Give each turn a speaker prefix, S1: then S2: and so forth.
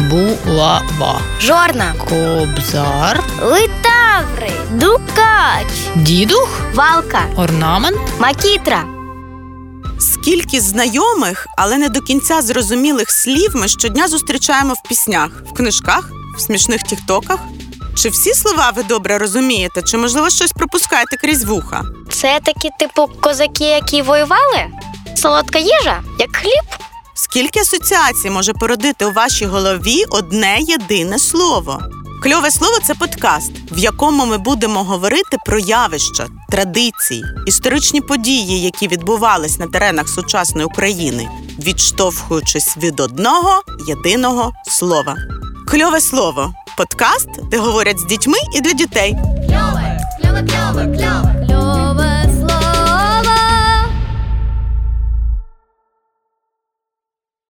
S1: Булава,
S2: Жорна,
S1: Кобзар,
S2: Литаври, Дукач,
S1: Дідух,
S2: Валка,
S1: Орнамент,
S2: Макітра.
S3: Скільки знайомих, але не до кінця зрозумілих слів ми щодня зустрічаємо в піснях, в книжках, в смішних тіктоках. Чи всі слова ви добре розумієте, чи можливо щось пропускаєте крізь вуха?
S2: Це такі, типу, козаки, які воювали? Солодка їжа, як хліб.
S3: Скільки асоціацій може породити у вашій голові одне єдине слово? Кльове слово це подкаст, в якому ми будемо говорити про явища, традиції, історичні події, які відбувались на теренах сучасної України, відштовхуючись від одного єдиного слова. Кльове слово подкаст, де говорять з дітьми і для дітей.
S4: Кльове, кльове, кльове, кльове.